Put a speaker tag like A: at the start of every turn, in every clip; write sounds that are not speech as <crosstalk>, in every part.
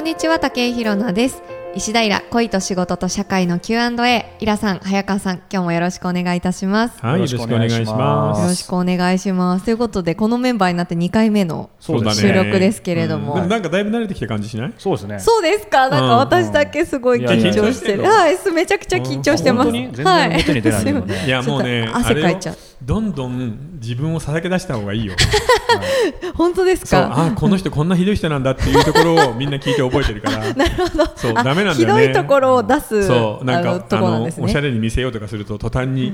A: んにちは、竹井ひろなです。石平、恋と仕事と社会の Q&A、イラさん、早川さん、今日もよろしくお願いいたします。よ
B: はい、よろしくお願いしま
A: ろしくお願いします。ということで、このメンバーになって2回目の
B: そうだね
A: 収録ですけれども。
B: す。でもなんかだいぶ慣れてきた感じしない
C: そうですね。
A: そうですか、なんか私だけすごい
C: うん
A: 緊張して
C: い
A: る。
C: やいや
A: はい、すめちゃくちゃ緊張してます。
C: 本当に全
A: は
C: 然表
A: <laughs>
C: に出ないよね
B: いやもう
A: ち
B: ね、
A: ょっと
B: あ
A: 汗
B: れ
A: かい
B: を
A: ちゃう
B: どんどん自分をさらけ出した方が
A: <laughs>
B: いいよ。
A: 本当です
B: そう、
A: か。
B: あ、この人こんなひどい人なんだっていうところをみんな聞いて覚えてるから。
A: <laughs> なるほど。
B: そう
A: あ
B: ダメなんだよね
A: ひどいところを出す。
B: そう、なん
A: あの
B: か
A: と
B: あ
A: こなん
B: の
A: です
B: おしゃ
A: ね。
B: れに見せようとかすると途端に
A: い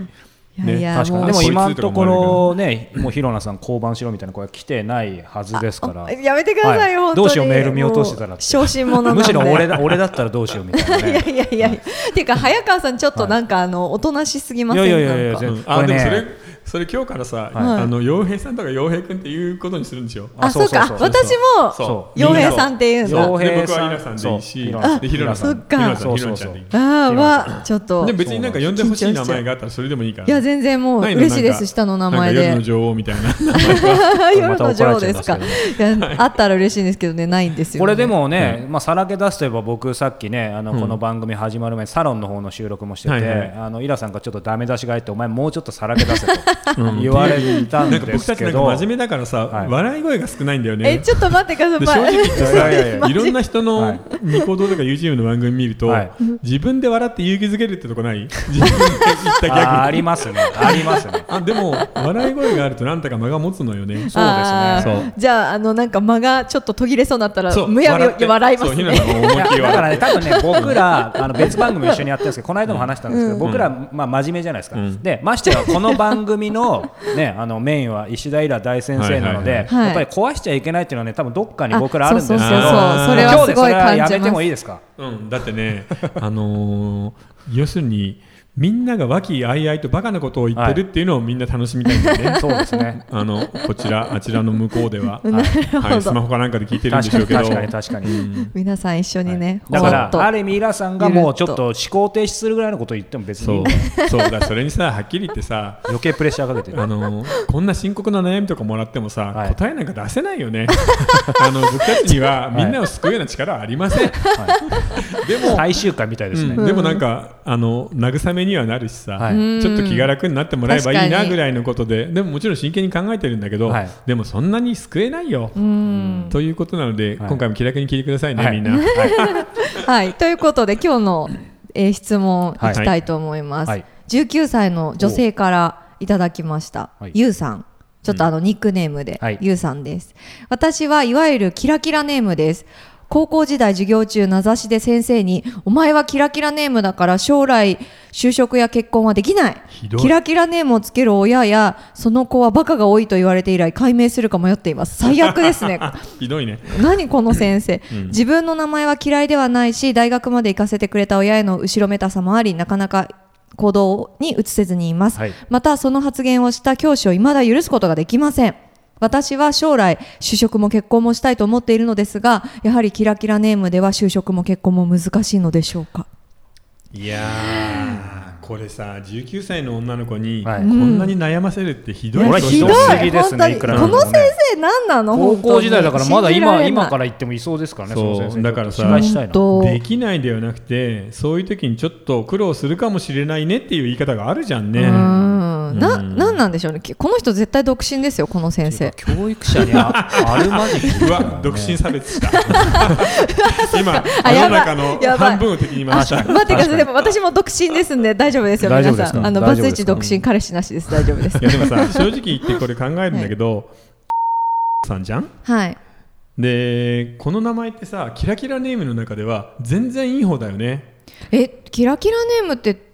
A: やいや
B: ね、
C: 確か
A: もう
C: に。でも
B: あ
C: 今
B: こい
C: の
B: つと
C: と
B: かも
C: こ
B: あるけど
C: ろね、もうひろなさん降板しろみたいな声は来てないはずですか
A: あ
C: ら
A: あ。やめてくださいよ、
C: は
A: 本
C: い
A: 当に
C: どうしようメール見落としてたら
A: もう小心者なんで
C: むしろ俺だ俺だったらどうしようみたいない
A: や
C: ね。
A: いやいやていうか早川さんちょっとなんかあのおとなしすぎません
C: いやいやいやいや
A: なんか
C: 全
B: う
C: 然
B: んあ、
C: これ
B: でも
C: ね
B: それそれ今日からさ、あの洋平さんとか洋平くんっていうことにするんですよ。
A: あそうか私も
B: そう
C: そう
A: 洋平さんっていうんだ
C: 洋
B: で
C: 平
B: 僕は
C: さ
B: イ
C: ん
B: ラさんでいいし、
C: そうあ
B: でヒロナさん、
A: そっか
B: ヒロナさ
C: そ
B: ん、
C: う
B: ヒロナ
C: そう
B: ち
C: そ
B: ゃ
C: うん
B: でいい。
A: あーはちょっと
B: でも別になんか呼んでほしい名前があったらそれでもいいから。
A: いや全然もう
B: ないの
A: 嬉しいです下の名前で
B: なんかなんか夜の女王みた
A: <laughs>
B: いな。
C: 女王
A: 夜
C: また
A: の
C: 怒ら
A: 女王
C: れちゃ
A: で
C: いますすけ
A: か
C: ど
A: いやあったら嬉しいんですけどねないんですよね
C: これでもね、まあ、さらけ出すといえば僕さっきねあのこの番組始まる前にサロンの方の収録もしてて、
B: はいはい
C: あのイラさんがちょっとダメ出しが入ってお前もうちょっとさらけ出せと言われたん
B: なんか
C: で
B: 僕
C: す
B: たちなんか
C: けど、
B: 真面目だからさ、
C: はい
B: 笑い声が少ないんだよ
A: え
B: ね。
A: ちょっと待ってく
B: で
A: だ
B: 正
A: さい
B: 直言ってさ、
C: いやいやいや
B: いろんな人
C: は
B: の
C: い
B: ニコ動とか YouTube の番組見ると、
C: はい
B: 自分で笑って勇気づけるってとこ
C: <laughs>
B: ない自分で言ったギ
C: あーあ
B: ャグ。
C: りますねありますね
B: あでも、笑い声があるとなんだか間が持つのよね。
C: そうですね
A: あー
B: そう
A: じゃああのなんか間がちょっと途切れそうになったらむやみ
B: 笑って
A: 笑います
B: そう、ひな
A: ね
B: さんも思いっき
C: い
B: り
C: やだから
B: 笑
C: ね、多分ね、僕ら、あの別番組一緒にやってるんですけど、この間も話したんですけど、僕ら、まあ、真面目じゃないですか、
B: うん
C: でましてや、この番組の,、ね、あのメインは石平大先生なので、
B: は
A: は
B: い
A: いはい
C: やっぱり壊しちゃいけないっていうのはね、多分どっかに僕らあるんです
A: そう
C: け
A: そ
C: ど、
A: うそうそう
B: あー
A: それ
C: 今
A: は
C: 日
A: す
C: で
A: ご
C: そ
A: い
C: れは
A: 感
C: や
A: じ
C: めて
A: ま
C: もいい
A: す
C: ですか、
B: う。うん、だってね、 <laughs> あのー要するに、みんなが和気あいあいとバカなことを言ってるっていうのをみんな楽しみたいんだよね。
C: そうですね、
B: あのこちら、あちらの向こうで
C: <laughs>
B: は、
C: なる
B: はい、スマホかなんかで聞いてるんで
C: 確
B: し
C: か
B: ょ
C: に
B: うけど、
C: 確かに確かに。
A: 皆さん一緒にね
C: だ
A: ほ
C: か
A: わっと
C: らある意味イラさんがもうちょっと思考停止するぐらいのこと言っても別
B: そ
C: に
B: う、そうだからそれにさ、はっきり言ってさ、
C: 余計プレッシャーかけてる
B: あのこんな深刻な悩みとかもらってもさ、
C: はい
B: 答えなんか出せないよね。 <laughs> あの僕たちにはみんなを救うような力はありません。でも、
C: 最終回みたいですね、
B: うんでもなんかあの慰めにはなるしさ、
C: はい
B: ちょっと気が楽になってもらえばいい
A: 確か
B: な
A: に
B: ぐらいのことで、でももちろん真剣に考えてるんだけど、
C: はい
B: でもそんなに救えないよ。ということなので、
C: はい
B: 今回も気楽に聞いてくださいね、
C: は
B: み
C: い
B: ん
C: <laughs>
B: な。はい
A: はい、ということで今日の、えー質問いきたいと思います、
C: はい
A: 19歳の女性からいただきました、
C: はい
A: ゆうさんちょっとあのニックネームで、
C: はい
A: ゆうさんです私はいわゆるキラキラネームです高校時代授業中名指しで先生に「お前はキラキラネームだから将来就職や結婚はできない」
B: ひどい
A: キラキラネームをつける親やその子はバカが多いと言われて以来解明するか迷っています最悪ですね
B: ひどいね。
A: 何この先生、自分の名前は嫌いではないし大学まで行かせてくれた親への後ろめたさもありなかなか行動に移せずにいます、
C: はい
A: またその発言をした教師を未だ許すことができません私は将来就職も結婚もしたいと思っているのですがやはりキラキラネームでは就職も結婚も難しいのでしょうか
B: いやー、これさ、19歳の女の子に、
C: はい
B: こんなに悩ませるってひどい
C: うん
B: こ
C: や
B: と
C: ひどい不思議です
A: 本
C: ね
A: 当に
C: いくら
A: こ
C: なんで
A: の
C: もね
A: 先生何なの
C: 高校時代だからまだ今今からら言ってもいそうですからね
B: そう
C: の先生に
B: だからさ
C: 取材したいな
B: できないではなくて、そういう時にちょっと苦労するかもしれないねっていう言い方があるじゃんね。
A: うんななんなんでしょうねきこの人絶対独身ですよこの先生
C: 教育者に
B: <laughs>
C: ああるまじき
B: うわ、独身差別
A: <laughs>
B: した。今、
A: あ
B: 世
A: や
B: の
A: ばい
B: 中の
A: やばい
B: 半分を敵に回し
A: あ
B: た。
A: 待ってください、でも私も独身ですんで、大丈夫ですよ、
C: 大丈夫
A: 皆
C: です
A: さ
C: か
A: ん。あのバ
C: 大丈夫
A: ツイ
C: です
A: チ
C: か
A: 独身、彼氏なしです、大丈夫です
B: <laughs> い。やでもさ、正直言ってこれ考えるんだけど、さんじゃん
A: はい、
B: で、この名前ってさ、キラキラネームの中では全然いい方だよね。
A: え、キラキラネームって、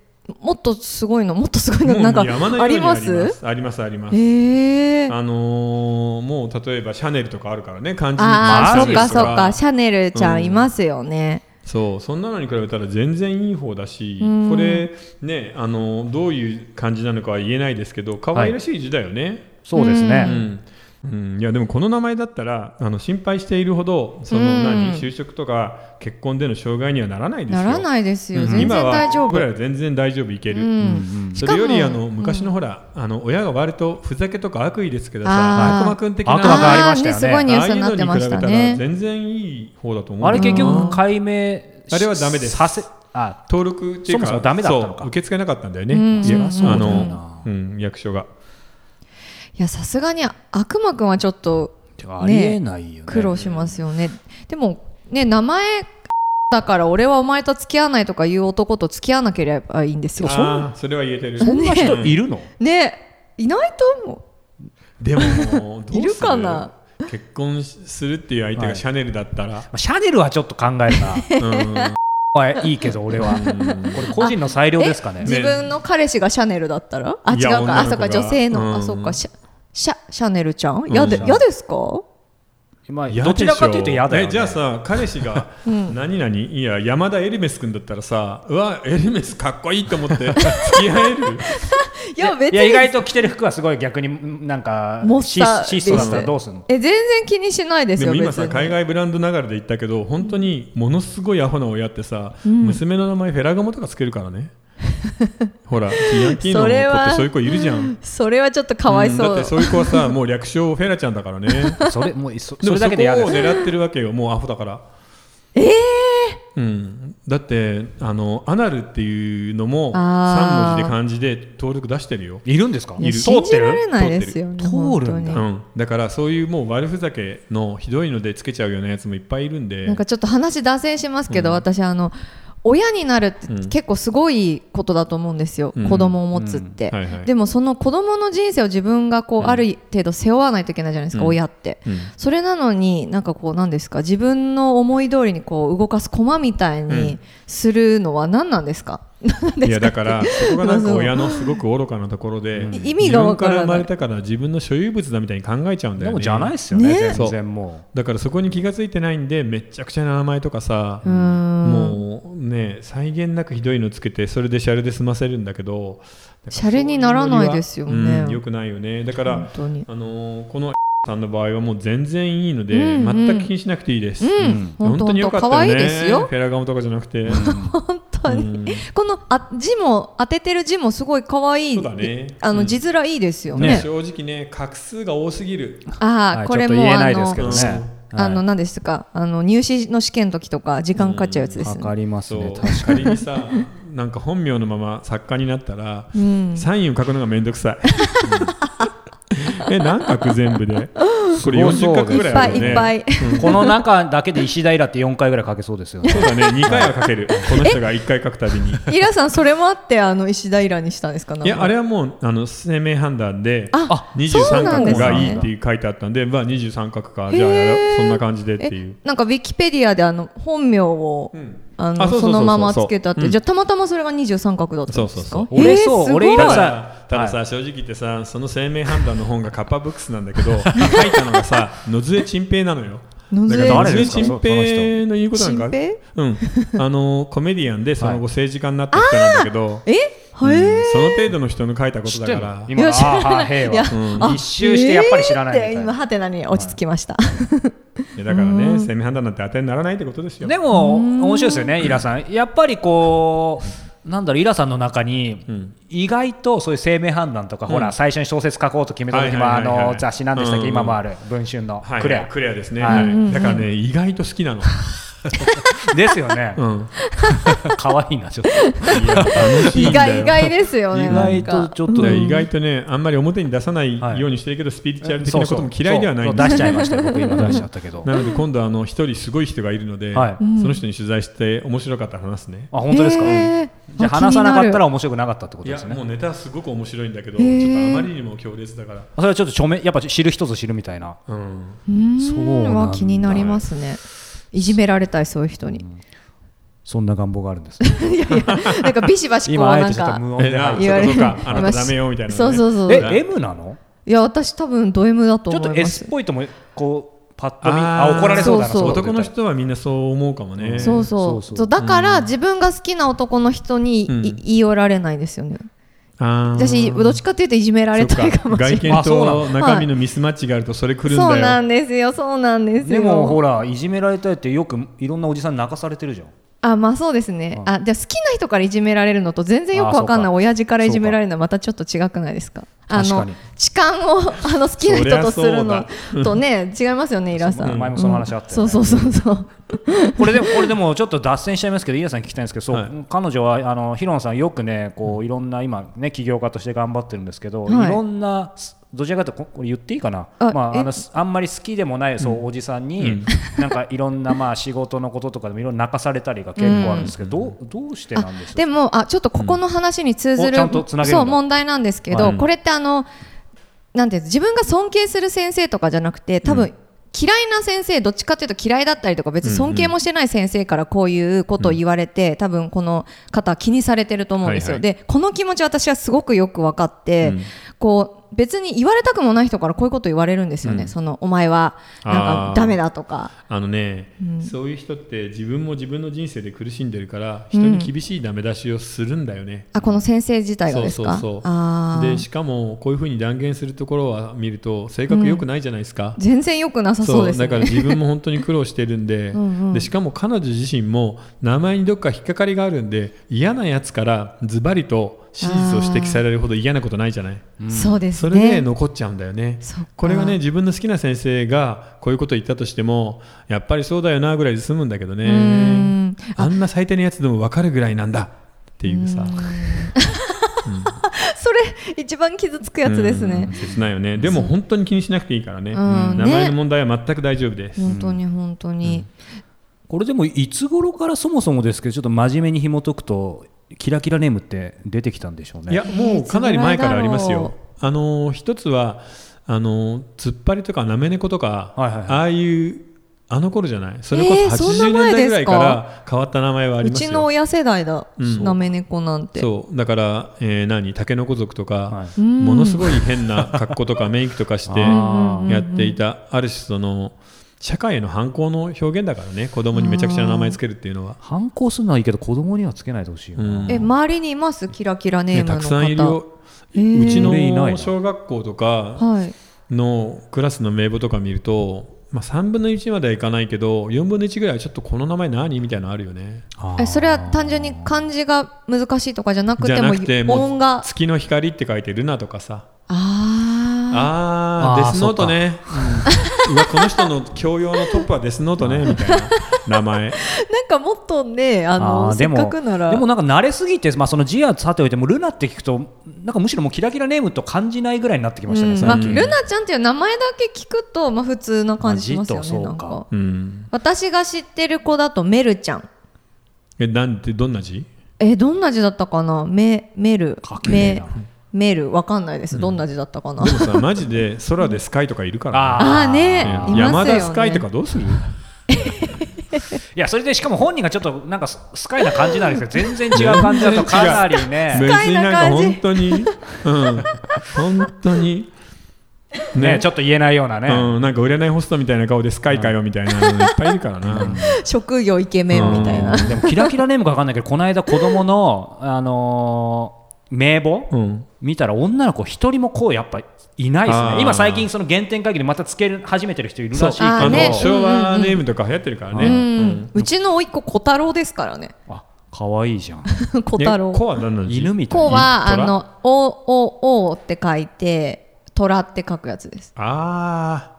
A: もっとすごいの、もっとすごい
B: も
A: の、
B: う
A: なんか
B: 山のよ
A: あ
B: うに
A: りま。
B: ありますすあります、あります。
A: ええー、
B: あのー、もう例えばシャネルとかあるからね、漢字に
A: あ
B: ま
A: あ、
B: あ
A: そっか、
B: シャネルと
A: そっか、シャネルちゃ
B: うんん
A: いますよね。
B: そうそんなのに比べたら全然いい方だし、
A: うん
B: これねあのどういう感じなのかは言えないですけど可愛らしい字だよね、
C: そうです
A: う
B: う
C: ね、
B: んうん、いやでもこの名前だったらあの心配しているほどその
A: うん
B: 何就職とか結婚での障害にはならないです
A: な
B: よ
A: らないですよ、
B: うん
A: 全然大丈
B: 今は
A: 夫
B: 僕らは全然大丈夫いける、
A: うん
B: それよりあの
A: うん
B: 昔のほら、あの親が割とふざけとか悪意ですけど
A: あー
B: さ悪魔くん的な
C: 悪魔くんありましたよね
A: ーすごいニュー
B: ああ
A: ス
B: いう
A: にな
B: の
A: って
B: に
A: ま
B: 比
A: し
B: べ
A: た
B: たら
A: ね
B: 全然いい方だと思う
C: あれ結
A: う
C: 局
A: ん
C: 解明し
B: あれはダメです
C: させあ
B: 登録っていうか
C: そもそもダメだったのか
B: そう受け付けなかったんだよね、
A: うん
B: いや
A: そりゃそうだ
B: あ
A: よな
B: の、うん、役所が
A: いやさすがに悪魔くんはちょっと
C: てかありえないよね
A: 苦労しますよねでもね名前だから俺はお前と付き合わないとかいう男と付き合わなければいいんですよ
B: あーそれは言えてる
A: そんな人
B: う
C: いるの
A: ねいないと思う
B: でもどうする
A: いるかな
B: 結婚するっていう相手
C: は
B: が
C: い
B: シャネルだっ
A: <laughs>
B: たら、
C: まあシャネルはちょっと考えるな
B: うん
C: はいい
B: <laughs>
C: けど俺はこれ個人の裁量ですかね
A: 自分の彼氏がシャネルだったらあ違
B: いうや
A: か
B: 女
A: あ
B: の
A: そ
B: 子
A: っか
B: が
A: 女性の、
B: うん
A: あそっかシャシャシャネルちゃん嫌、で
C: うん
A: 嫌ですか
C: まあ
B: 嫌でしょ
C: どちらかというと嫌だよ
B: え
C: ね
B: じゃあさ彼氏が何々いや山田エルメス君だったらさうわエルメスかっこいいと思って付き合える
C: <laughs>
A: いや別
C: いや意外
A: に
C: と着てる服はすごい逆になんか
A: モ
C: 質
A: ッサです
C: 質素だったらどうするの
A: え全然気にしないです
B: で
A: よ
B: も今
A: 別
B: さ
A: に
B: 海外ブランド流れで言ったけど本当にものすごいアホな親ってさ、娘の名前フェラガモとかつけるからね <laughs> ほらヤンキーの
A: そ
B: 子
A: れは
B: ってそういう子いるじゃん
A: それはちょっとかわい
B: ん
A: そう、
B: だってそういう子はさもう略称フェラちゃんだからね
C: それもうそ
B: で
C: そ
B: もそ
C: れ
B: こ
C: だ
B: を
C: けで嫌です
B: 狙ってるわけよもうアホだから
A: ええ
B: うん、だってあのアナルっていうのも
A: あー
B: 3文字で漢字で登録出してるよ、
C: いるんですか
A: いや
C: 通
A: 信
C: って
A: じられ
C: る
A: ないですよね
C: 通ってる
A: 本当
C: 通るん
A: に
C: だ
B: うん、だからそういうもう悪ふざけのひどいのでつけちゃうようなやつもいっぱいいるんで
A: なんかちょっと話脱線しますけど、私あの親になるって
B: うん
A: 結構すごいことだと思うんですよ、
B: うん
A: 子供を持つって、
B: うんはいはい
A: でもその子供の人生を自分がこうある程度背負わないといけないじゃないですか、
B: うん
A: 親って、
B: うん
A: それなのになんかこうなんですか自分の思い通りにこう動かす駒みたいうに
B: ん
A: するのは何なんですか、何です
B: いやだからそこがなん
A: <laughs> まあ
B: か
A: そう
B: 親のすごく愚かなところで
A: ん意味がわからない
B: 自分から生まれたから自分の所有物だみたいに考えちゃうんだ
C: で
B: よね
C: もじゃないですよね
A: ね
C: 全然も
B: だからそこに気がついてないんでめっちゃくちゃな名前とかさ、
A: うーん
B: もうね際限なくひどいのつけてそれでシャレで済ませるんだけどだから
A: シャレにならないですよね
B: そういうノリはうんよくないよねだから
A: 本当に
B: あのーこのさんの場合はもう全然いいので、
A: うんうん
B: 全く気にしなくていいです、
A: うん、本
B: 本
A: 当
B: 当によ
A: 本
B: か
A: 当
B: った
A: 可愛い
B: よね
A: ですよ
B: フェラガムとかじゃなくて、
A: 本当に、
B: うん
A: このあ字も当ててる字もすごい可愛い
B: そうだね
A: あの
B: うん
A: 字面いいですよね,、
B: ね正直ね画数が多すぎる、
A: ああ、
C: はい
A: これ
C: ちょっ
A: も
C: と言え
A: あ
C: ないで
A: の
C: すけどね
B: うん
C: はい
A: あの何ですかあの入試の試験の時とか時間かかっちゃうやつ
C: う
A: です
C: か
A: ね、
C: かります
B: そ
C: ね
B: う
C: 確かに
B: 仮にさなんか本名のまま作家になったら、
A: うん
B: サインを書くのがめんどくさ
A: <laughs>
B: いうんえ何書く全部でこれ
C: ごそう
B: 40書くぐ
A: い
B: ら
A: っ
B: い
A: ぱ
B: あ
A: い
B: るよね
A: いっぱい、
C: この中だけで石平って4回ぐらいかけそうですよね
B: そうだね2回は書
A: <laughs>
B: けるこの人が1回書くたびに
A: イラさんそれもあってあの石平にしたんですかなんか
B: いやあれはもうあの生命判断で
A: あそう
B: 23
A: なんで
B: 画
A: すね
B: がいいっていう書いてあったんでまあ23画かじゃあやろ
A: へー
B: うそんな感じでってい
A: え
B: う
A: なんかウィキペディアであの本名を、
B: ん
A: あ
B: あ
A: の
B: そうそ
A: そ
B: うそうそう
A: のままつけたって、
B: うん
A: じゃあたまたまそれが23画だったんですか
B: そうそう
A: えー
C: 俺そう
A: すごい
C: 俺イラ
B: た
C: さ
B: だたださ、正直言ってさその生命判断の本がカッパブックスなんだけど <laughs> 書いたのがさ野添陳平なのよ
A: 野
B: だ
A: 添
B: から
C: 誰
B: 野
C: で
B: 添
C: すか
B: 陳平の言うことなんか
A: 陳
B: うんあのコメディアンでその
C: はい
B: 後政治家になった人なんだけど、
A: えはえ
B: うんその程度の人の書いたことだから
C: 今
A: い
C: あ
A: や知ら
C: ー
A: ない
C: はーへ
A: いや
C: ー
A: あ
C: は一周してやっぱり知らないみた
A: えー
C: い
A: って今
C: な
A: ハテナに落ち着きました、
B: いやだからね生命判断なんて当てにならないってことですよ
C: でも面白いですよねイラさんやっぱりこうなんだろうイラさんの中に
B: ん
C: 意外とそういう生命判断とか、ほら最初に小説書こうと決めた時も、
B: はい
C: あ
B: はいはいはい
C: の雑誌なんでしたっけ、
B: うん
C: 今もある文春の、
B: はい
C: クレア、
B: クレアですね、
C: はい
B: はいだからね意外と好きなの、
C: ですよね
B: うん、
C: <laughs> 可愛いなちょっと
A: 意外意外ですよね
C: 意外
A: なん
C: と
A: か
C: ちょっ
B: だ
C: と、
B: から意外とねあんまり表に出さない
C: はい
B: ようにしてるけど、スピリチュアル的なことも嫌いではない
C: そ
B: んで
C: うそ
B: す
C: う出しちゃいましたよ僕今出しちゃったけど
B: なので今度あの一人すごい人がいるので、
C: はい
B: その人に取材して面白かったら話すね、
C: あ本当ですか、
A: へー
C: じゃあ
A: あ
C: 話さなかった
A: 気になる
C: ら面白くなかったってこ
B: い
C: とで
B: や
C: すね
B: もうネタすごく面白いんだけど、
A: へー
B: ちょっとあまりにも強烈だから、
C: それはちょっと著名やっぱ知る人ぞ知るみたいな
B: うん、
A: うーん
C: そうなんだ
A: は気になりますねいじめられたいそういう人に、
C: そんな願望があるんです
A: いやいやなんかビシバシこう
C: 今あえ
A: な
C: て
A: ん
C: ちょっと
A: か
C: 無音で
B: あ
A: 言われ
B: そうかそうかあなた
A: 今
B: ダメよみたいなね
A: そうそうそう
C: え M なの
A: いや私多分ド M だと
C: ちょっ
A: 思
C: と
A: います
C: S っぽいともこうパッと見
B: あー
C: あ怒られそうだな
A: そうそう
C: いこと
B: 男の
C: 言ったら
B: 人はみんなそう思うかもね
A: そうそう
C: そうそう
A: そうだから自分が好きな男の人にい
B: うん
A: 言い寄られないですよね、
B: ああー
A: 私どっちかっていうといじめられたいかもしれない
B: そっか
C: あそうな
B: 外
C: の
B: 見と中身のミスマッチがあるとそれ来るんだよ、
A: そうなんですよそうなんですよ
C: でもほらいじめられたいってよくいろんなおじさんに泣かされてるじゃん
A: あまあそうですね、
C: うん
A: あじゃあ好きな人からいじめられるのと全然よくわかんない
C: あそうか
A: 親父からいじめられるのはまたちょっと違くないですかあ
C: 確か
A: の
C: に
A: 痴漢を <laughs> あの好きな人とするのとね違いますよねイラさ
C: そうん前もその話あったよね
A: うんそうそうそうそう
C: これでもこれでもちょっと脱線しちゃいますけど飯田さんに聞きたいんですけどそう、
B: はい
C: 彼女はあのヒロンさんよくねこういろんな今ね起業家として頑張ってるんですけど、
A: はい
C: い、ろんなどちらかというとここれ言っていいかな
A: あ
C: まあ、あの
A: え
C: すあんまり好きでもないそう、おじさんに、なんかいろんなまあ仕事のこととかでもいろいろ泣かされたりが結構あるんですけど、どうどうしてなんでしょう
A: あでもあちょっとここの話に通ず
C: うんお
A: る、
C: ちゃんとつなげるんだ
A: そう問題なんですけど、
B: はい
A: これってあのなんていうの自分が尊敬する先生とかじゃなくて多分、嫌いな先生どっちかというと嫌いだったりとか別に尊敬もしてない先生からこういうことを言われて、多分この方は気にされてると思うんですよ、
B: はいはい
A: でこの気持ち私はすごくよく分かって、
B: うん
A: こう別に言われたくもない人からこういうこと言われるんですよね、
B: うん
A: そのお前はなんか
B: あー
A: ダメだとか
B: あのね、そういう人って自分も自分の人生で苦しんでるから人に厳しいダメ出しをするんだよね、
A: あこの先生自体が
B: そう
A: です
B: そ
A: か
B: うそ
A: あ
B: う
A: ー
B: でしかもこういうふうに断言するところは見ると性格良くないじゃないですか、
A: 全然良くなさそうですね
B: だから自分も本当に苦労してるんで
A: <laughs> うんうん
B: でしかも彼女自身も名前にどっか引っかかりがあるんで嫌なやつからズバリと真実を指摘されるほど嫌なことないじゃない、
A: そうです
B: そ
A: ね。
B: れで残っちゃうんだよね
A: そっか
B: これがね自分の好きな先生がこういうこと言ったとしてもやっぱりそうだよなぐらいで済むんだけど
A: うー
B: ね
A: ん
B: あんな最低なやつでも分かるぐらいなんだっていうさ
A: <laughs> それ一番傷つくやつですね
B: うん。切ないよねでも本当に気にしなくていいからね、
A: うん
B: 名前の問題は全く大丈夫です、
A: 本当に本当に。
C: これでもいつ頃からそもそもですけどちょっと真面目に紐解くとキラキラネームって出てきたんでしょうね
B: いやもうかなり前からありますよ。あのー一つはあのー突っ張りとかなめ猫とか、
C: はいはいはい
B: ああいうあの頃じゃないそれこ
A: えー
B: そ
A: そんな
B: 80年
A: 前で
B: 代
A: すか
B: ぐらいから変わった名前はあり
A: う
B: ます
A: ち
B: よ。
A: の親世代だ。
B: うん
A: なめ猫なんて。
B: そうだから、えー何タケノコ族とか、
C: は
A: うん
B: ものすごい変な格好とかメイクとかして
C: あ
A: ー
B: やっていたある種その社会への反抗の表現だからね子供にめちゃくちゃな名前つけるっていうのは。
C: 反抗するのはいいけど子供にはつけないでほしいよな、
B: うん
A: え周りにいますキラキラネー
B: ね
A: ムの
B: た
A: 方。
B: くさんいるよ、
A: へー
B: うち
C: 俺いない
B: の
C: な
B: 小学校とか、
A: はい。
B: のクラスの名簿とか見ると、まあ、3分の1まではいかないけど4分の1ぐらいはちょっとこの名前何みたいなのあるよね
C: あー
A: えそれは単純に漢字が難しいとかじゃなく
B: じ
A: て
B: ゃ
A: も
B: なくて
A: 音
B: もう
A: が。
B: 月の光って書いてルナとかさ <laughs>
A: ああ。
B: あー
C: あー
B: デスノートね、うん、うわこの人の教養のトップはデスノートねみたいな名前
A: なんかもっとねあ
C: あ
A: の
C: ーで
A: せっ
C: も
A: かくなら。
C: でもなんか慣れすぎて、まあ、そのジアさておいてもルナって聞くとなんかむしろもうキラキラネームと感じないぐらいになってきましたね、
A: うんまあ
C: 最
A: ル
C: 近
A: ナちゃんっていう名前だけ聞くとまあ普通な感じしますよ
C: まあ
A: ね
C: じっと
A: な
C: そ
A: ん
C: うか
A: か。
B: うん
A: 私が知ってる子だとメルちゃん
B: えなんてどんな字
A: えどんな字だったかなメメル
C: かけねえな
A: メメルわかんないですどんな字だったかな、
B: でもさマジで空でスカイとかいるから、ね
A: あーね
B: うん
A: いますよね
B: 山田スカイとかどうする
C: いやそれでしかも本人がちょっとなんかススカイな感じなんですけど全然違う感じだとか
A: <laughs>
C: なりね
B: <laughs> 別
A: スカイ
B: に
A: な
B: なんか
A: 感じ
B: 本当に、 <laughs> うん、本当に
C: ねちょっと言えないようなね、
B: うん、なんか売れないホストみたいな顔でスカイかよみたいなのいっぱいいるからな。
A: 職業イケメンみたいな
C: うんでもキラキラネームか分かんないけどこの間子供のあのー名簿、
B: うん、
C: 見たら女の子一人もこうやっぱいないです
B: あー
C: ね今最近その原点会議でまたつける始めてる人いる
B: そう
C: らしいけど
A: あ
B: あ
A: ー
B: の、
A: ね
B: 昭和ネームとか流行ってるからね。
A: う、
B: うん
A: うんんうちの甥っ子小太郎ですからね
C: あ可愛いじ
B: <laughs>
C: ゃん
A: 小太郎
B: え子は何なの
C: 犬みたいな
A: 子はあ
B: 虎
A: の「おおお」って書いて「虎」って書くやつです
B: あ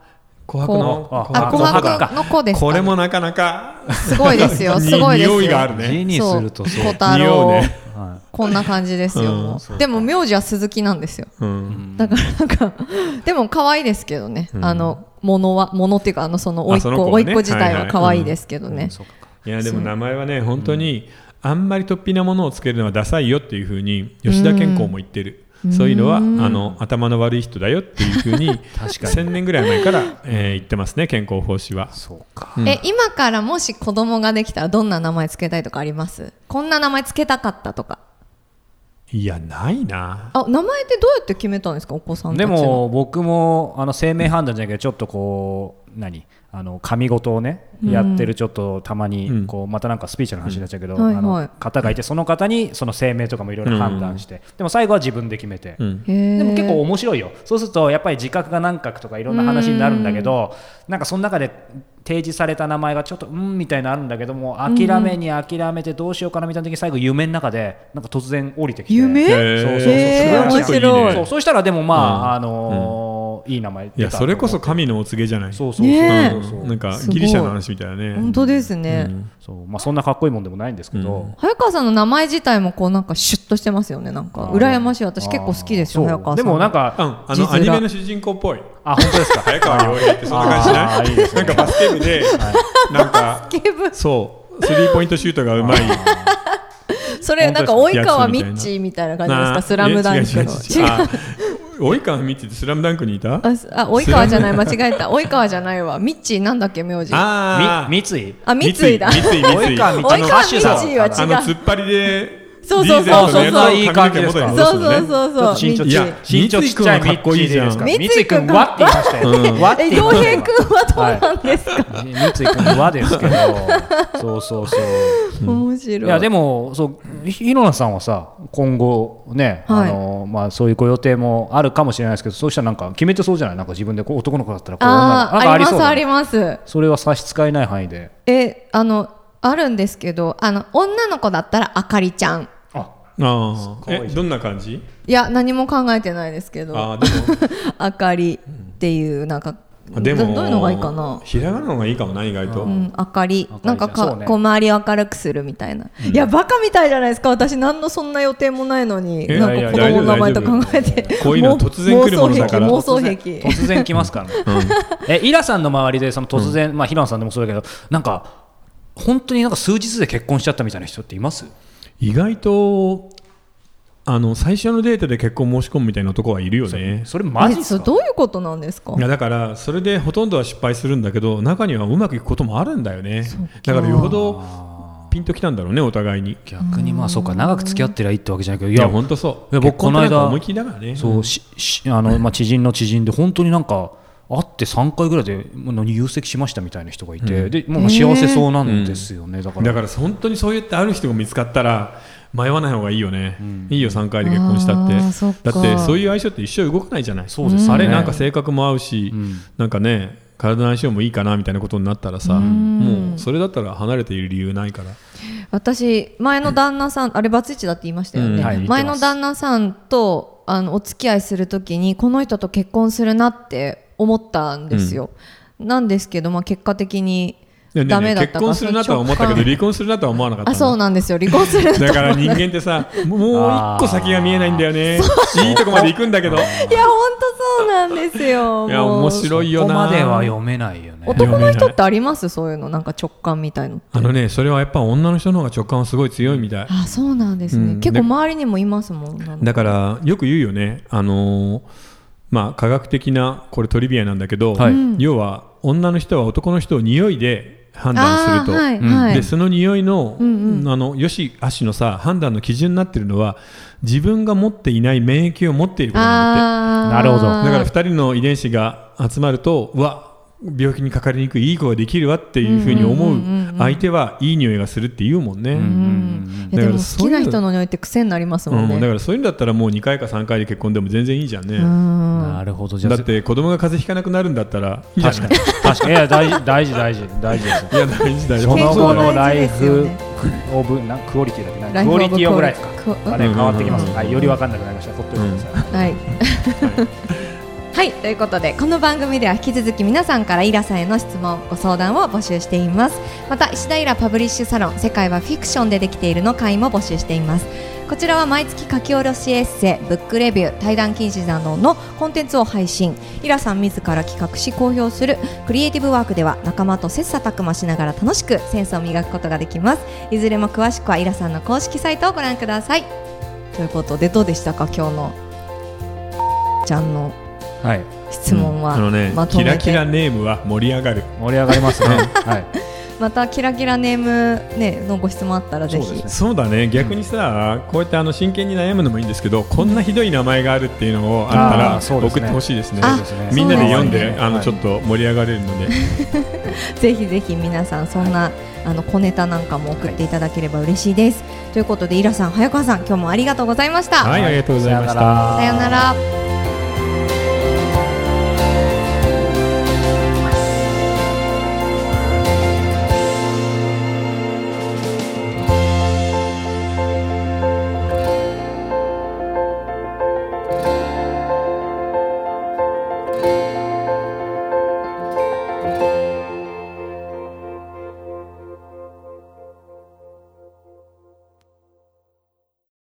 B: ー、琥珀の
C: こ。
A: あ
C: あ
A: 琥
B: 琥珀
C: 琥
A: 珀の子ですか
B: こ
A: ね、
B: れもなかなか。
A: すごいですよ
B: <laughs> に
A: すごいですよ
B: 匂いがあるね
C: 字にするとそう
A: 小太
B: 匂う
A: 郎、
B: ね
C: は
A: こんな感じですよ、
B: うん
A: もう
C: そうか
A: でも名字は鈴木なんですよ
B: うん。
A: だからなんかでも可愛いですけどね、
B: うん
A: あのものはものっていうかあのその
B: あ
A: 甥っ子
B: その子は
A: 甥
B: ね
A: っ子自体は可愛いですけど
C: い
A: ね。
C: そうか
B: いや、でも名前はね、本当に、あんまり突飛なものをつけるのはダサいよっていうふうに、吉田健康も言ってる。そういうのは、あの、頭の悪い人だよっていうふ
C: <laughs>
B: うに、
C: 確かに
B: 1000年ぐらい前から、えー言ってますね、健康奉仕は。
C: そうか
B: うん
A: え今からもし子供ができたらどんな名前つけたいとかありますこんな名前つけたかったとか
B: いや、ないな。
A: あ名前ってどうやって決めたんですかお子さんたち
C: で
A: の
C: も僕もあの生命判断じゃなくてちょっとこう何あの神事をね、
A: うん
C: やってるちょっとたま
B: う
C: に
B: ん
C: こうまたなんかスピーチの話になっちゃうけど、
A: うんはい
C: あ
A: はい
C: の方がいてその方にその声明とかもいろいろ判断して、でも最後は自分で決めて、
B: うん
A: へー
C: でも結構面白いよそうするとやっぱり自覚が何角とかいろんな話になるんだけどなんかその中で提示された名前がちょっとうんみたいなのあるんだけども諦めに諦めてどうしようかなみたいな時に最後夢の中でなんか突然降りてきて
A: 夢
B: へー
C: そうそうそう
A: へー
B: それはちょっといいね
A: 面白い
C: そうそうしたらでも
B: う
C: まあ、
B: ん
C: あのーいい名前出た
B: いやそれこそ神のお告げじゃない
C: そうそうそう、
A: ね
B: う
A: え
B: ん
C: そう
B: なんか
A: すごい
B: ギリシャの話みたいなね
A: 本当ですね、
B: うん
C: そうまあそんなかっこいいもんでもないんですけど、
B: うん
A: 早川さんの名前自体もこうなんかシュッとしてますよねなんか
C: あー
A: 羨ましい私結構好きですよ
C: そう
A: 早川さん
C: でもなんか
B: ああ
A: 地
B: の
A: 図が
B: アニメの主人公っぽい
C: あ本当ですか
B: 早川洋平ってそんな
C: あ
B: 感
C: ーい
B: じ
C: い
B: な
C: で
B: い
C: す
B: な
C: ね
B: んかバスケ部でなんか
A: ケブ
B: そうスリーポイントシュートがうまい
A: それなんか
B: 本当
A: 及
B: です
A: 川
B: やつみ
A: み
B: たい
A: っちーみた
B: な
A: いな感じです
B: な
A: かスラムダンクの
B: え違う違う違うあ及川みっちってスラムダンクにいた
A: あすあ及川じゃない間違えた及川じゃないわミッチーなんだっけ名字
B: あー
C: み三井
A: あ三井だ
B: 三井三井
C: 及川
B: 三井
A: 及
C: 道
A: 川みっちーは違う
B: あの突っ張りで
A: そうそうそう
B: リーゼントのやつを
C: いい感じですか
B: 髪の毛元に戻
A: そう
B: すのね
A: そうそうそう
C: 身長
B: い
C: ち
B: や
C: 身長ちっちゃいミッチーでいいですか
A: 三
C: 三
A: 井君かっこいいじゃん
C: 井君はって言いましたよ
B: うん
C: 和って
A: え
C: 言いま
A: 良
C: したよ
A: 平君はどうなんですか、
C: 三井君はです
A: <laughs>
C: けどそうそうそう
A: 面白い
C: いやでもそうひひろなさんはさ今後ね、
A: はい
C: あのまあ、そういうご予定もあるかもしれないですけどそうしたらなんか決めてそうじゃないなんか自分でこう男の子だったらこう女の
A: あ
C: 子なん
A: ー
C: か
A: あ
C: あ
A: り
C: り
A: ま
C: そう
A: す
C: だ
A: あ
C: ね
A: ります
C: それは差し支えない範囲で
A: えあのあるんですけどあの女の子だったらあかりちゃん
C: あ
B: あ
C: すごい
B: ーえどんな感じ
A: いや何も考えてないですけど
B: あーでも
A: <laughs> あかりっていうなんか
B: あで
A: ど
B: も
A: どういうのがいいかな、
B: ひらがなのがいいかもな意外と、
A: うん、明かり
C: 明かりじゃ
A: なんんかか
C: そうね
A: こう周りを明るくするみたいな、いやバカみたいじゃないですか私何のそんな予定もないのに
B: え
A: なんか子供の名前と考えて
B: こういうのは突然来るものだから
A: 妄想癖
C: 突
B: <laughs>
C: 然突然来ますから <laughs> ね、えイラさんの周りでその突然、まあ、ヒロナさんでもそうだけどなんか本当になんか数日で結婚しちゃったみたいな人っています
B: 意外とあの最初のデートで結婚申し込むみたいな男はいるよね
C: それマジ
A: え
C: で
A: そ
C: す
A: う
C: か
A: どういうことなんですか
B: いやだからそれでほとんどは失敗するんだけど中にはうまくいくこともあるんだよねだからよほどピンときたんだろうねお互いにい
C: 逆にまあそうか長く付き合ってりゃいいってわけじゃないけどい
B: や
C: や
B: ほんとそう
C: いや僕
B: 結婚ってなんか
C: この間
B: 思い切りだからね
C: そうししあのまあ知人の知人で本当になんか会って3回ぐらいでもう何入籍しましたみたいな人がいて、でもう幸せそうなんですよね、だから
B: だから本当にそうやってある人が見つかったら迷わない方がいいよね、いいよ3回で結婚したっ
A: あーそってか
B: だってそういう相性って一生動かないじゃない
C: そうですね
B: あれなんか性格も合うし、
C: ん
B: なんかね体の相性もいいかなみたいなことになったらさ、もうそれだったら離れている理由ないから、
A: 私前の旦那さんあれバツイチだって言いましたよね、
B: うん
C: はい言ってま
A: 前
C: す
A: の旦那さんとあのお付き合いするときにこの人と結婚するなって思ったんですよ、なんですけど、まあ、結果的に
B: いやね
A: ダメだった
B: 結婚するなとは思ったけど離婚するなとは思わなかった
A: あそう
B: な
A: なんですよ離婚するなと思
B: だ
A: って
B: から人間ってさもう一個先が見えないんだよねいいとこまで行くんだけどい
A: いや本当そうなんですよ。
B: や
A: もう
B: 面白いよ
C: ここ
B: な
C: までは読めないよね
A: 男の人ってありますそういうのなんか直感みたいの。
B: あのねそれはやっぱ女の人の方が直感はすごい強いみたい
A: あそうなんですね。
B: うん
A: 結構周りにもいますもん。なんか
B: だからよく言うよね、あのーまあ、科学的なこれトリビアなんだけど、
C: はい
A: うん
B: 要は女の人は男の人を匂いで判断すると、
A: あーはい
B: うん
A: はい
B: でその匂いの,、
A: うん
B: あのよし悪しのさ判断の基準になってるのは自分が持っていない免疫を持っていることなんだって
A: あー
C: なるほど
B: だから2人の遺伝子が集まるとうわ病気にかかりにくいいい子ができるわっていうふうに思う相手はいい匂いがするって言うもんね。
A: うんえ
B: だ
A: で
B: か
A: も
B: ら
A: 好
B: そ
A: き
B: ういうの
A: な人の匂いって癖になりますもん
B: うんだ
A: ね。
B: からそういうんだったらもう2回か3回で結婚でも全然いいじゃんね。
A: うん
C: なるほどじゃ
B: だ
C: あ
B: って子供が風邪ひかなくなるんだったらいいじゃ
C: 確
B: な
C: か
B: い
C: に確かにいや大事大事大事大事ですよ
B: いや大事だよ
C: その後の
A: 健康
C: ラ
A: 大事
C: イ
A: ですよ
C: フ
A: ね
C: オブなクオリティだけな
A: ライ
C: い
A: フオ
C: クオ
A: ブ
C: リティオブライフ
A: クオ
C: かあれ変わってきます、はい、より分かんなくなりましたほっといてくださ
A: は
C: い、
A: い。はい、ということでこの番組では引き続き皆さんからイラさんへの質問ご相談を募集していますまた石田イラパブリッシュサロン「世界はフィクションでできている」の会も募集していますこちらは毎月書き下ろしエッセイブックレビュー対談禁止などのコンテンツを配信イラさん自ら企画し公表するクリエイティブワークでは仲間と切磋琢磨しながら楽しくセンスを磨くことができますいずれも詳しくはイラさんの公式サイトをご覧くださいということでどうでしたか今日のちゃんの
C: はい、
A: 質問は
B: あのね
A: まと
B: キ
A: め
B: ラ
A: て、
B: キラネームは盛り上がる
C: 盛り上がりますねはい
A: ままたキラキラネーム、ね、のご質問あったらぜ
C: そう
A: ひ、
C: ですね
B: そうだね逆にさ、こうやってあの真剣に悩むのもいいんですけどこんなひどい名前があるっていうのをあった
C: あ
B: ら
C: ーそうです
B: 送
C: ね
B: ってほしいですね
A: あ
C: そうですね
B: みんなで読ん
A: そう
B: で
A: です
C: ね
B: あの
C: はい
B: ちょっと盛り上がれるので、
A: ぜひぜひ皆さんそんな、あの小ネタなんかも送っていただければ嬉しいです。ということでイラさん早川さん今日もありがとうございました。
B: はいありがとうございました
C: さよなら
A: さようなら。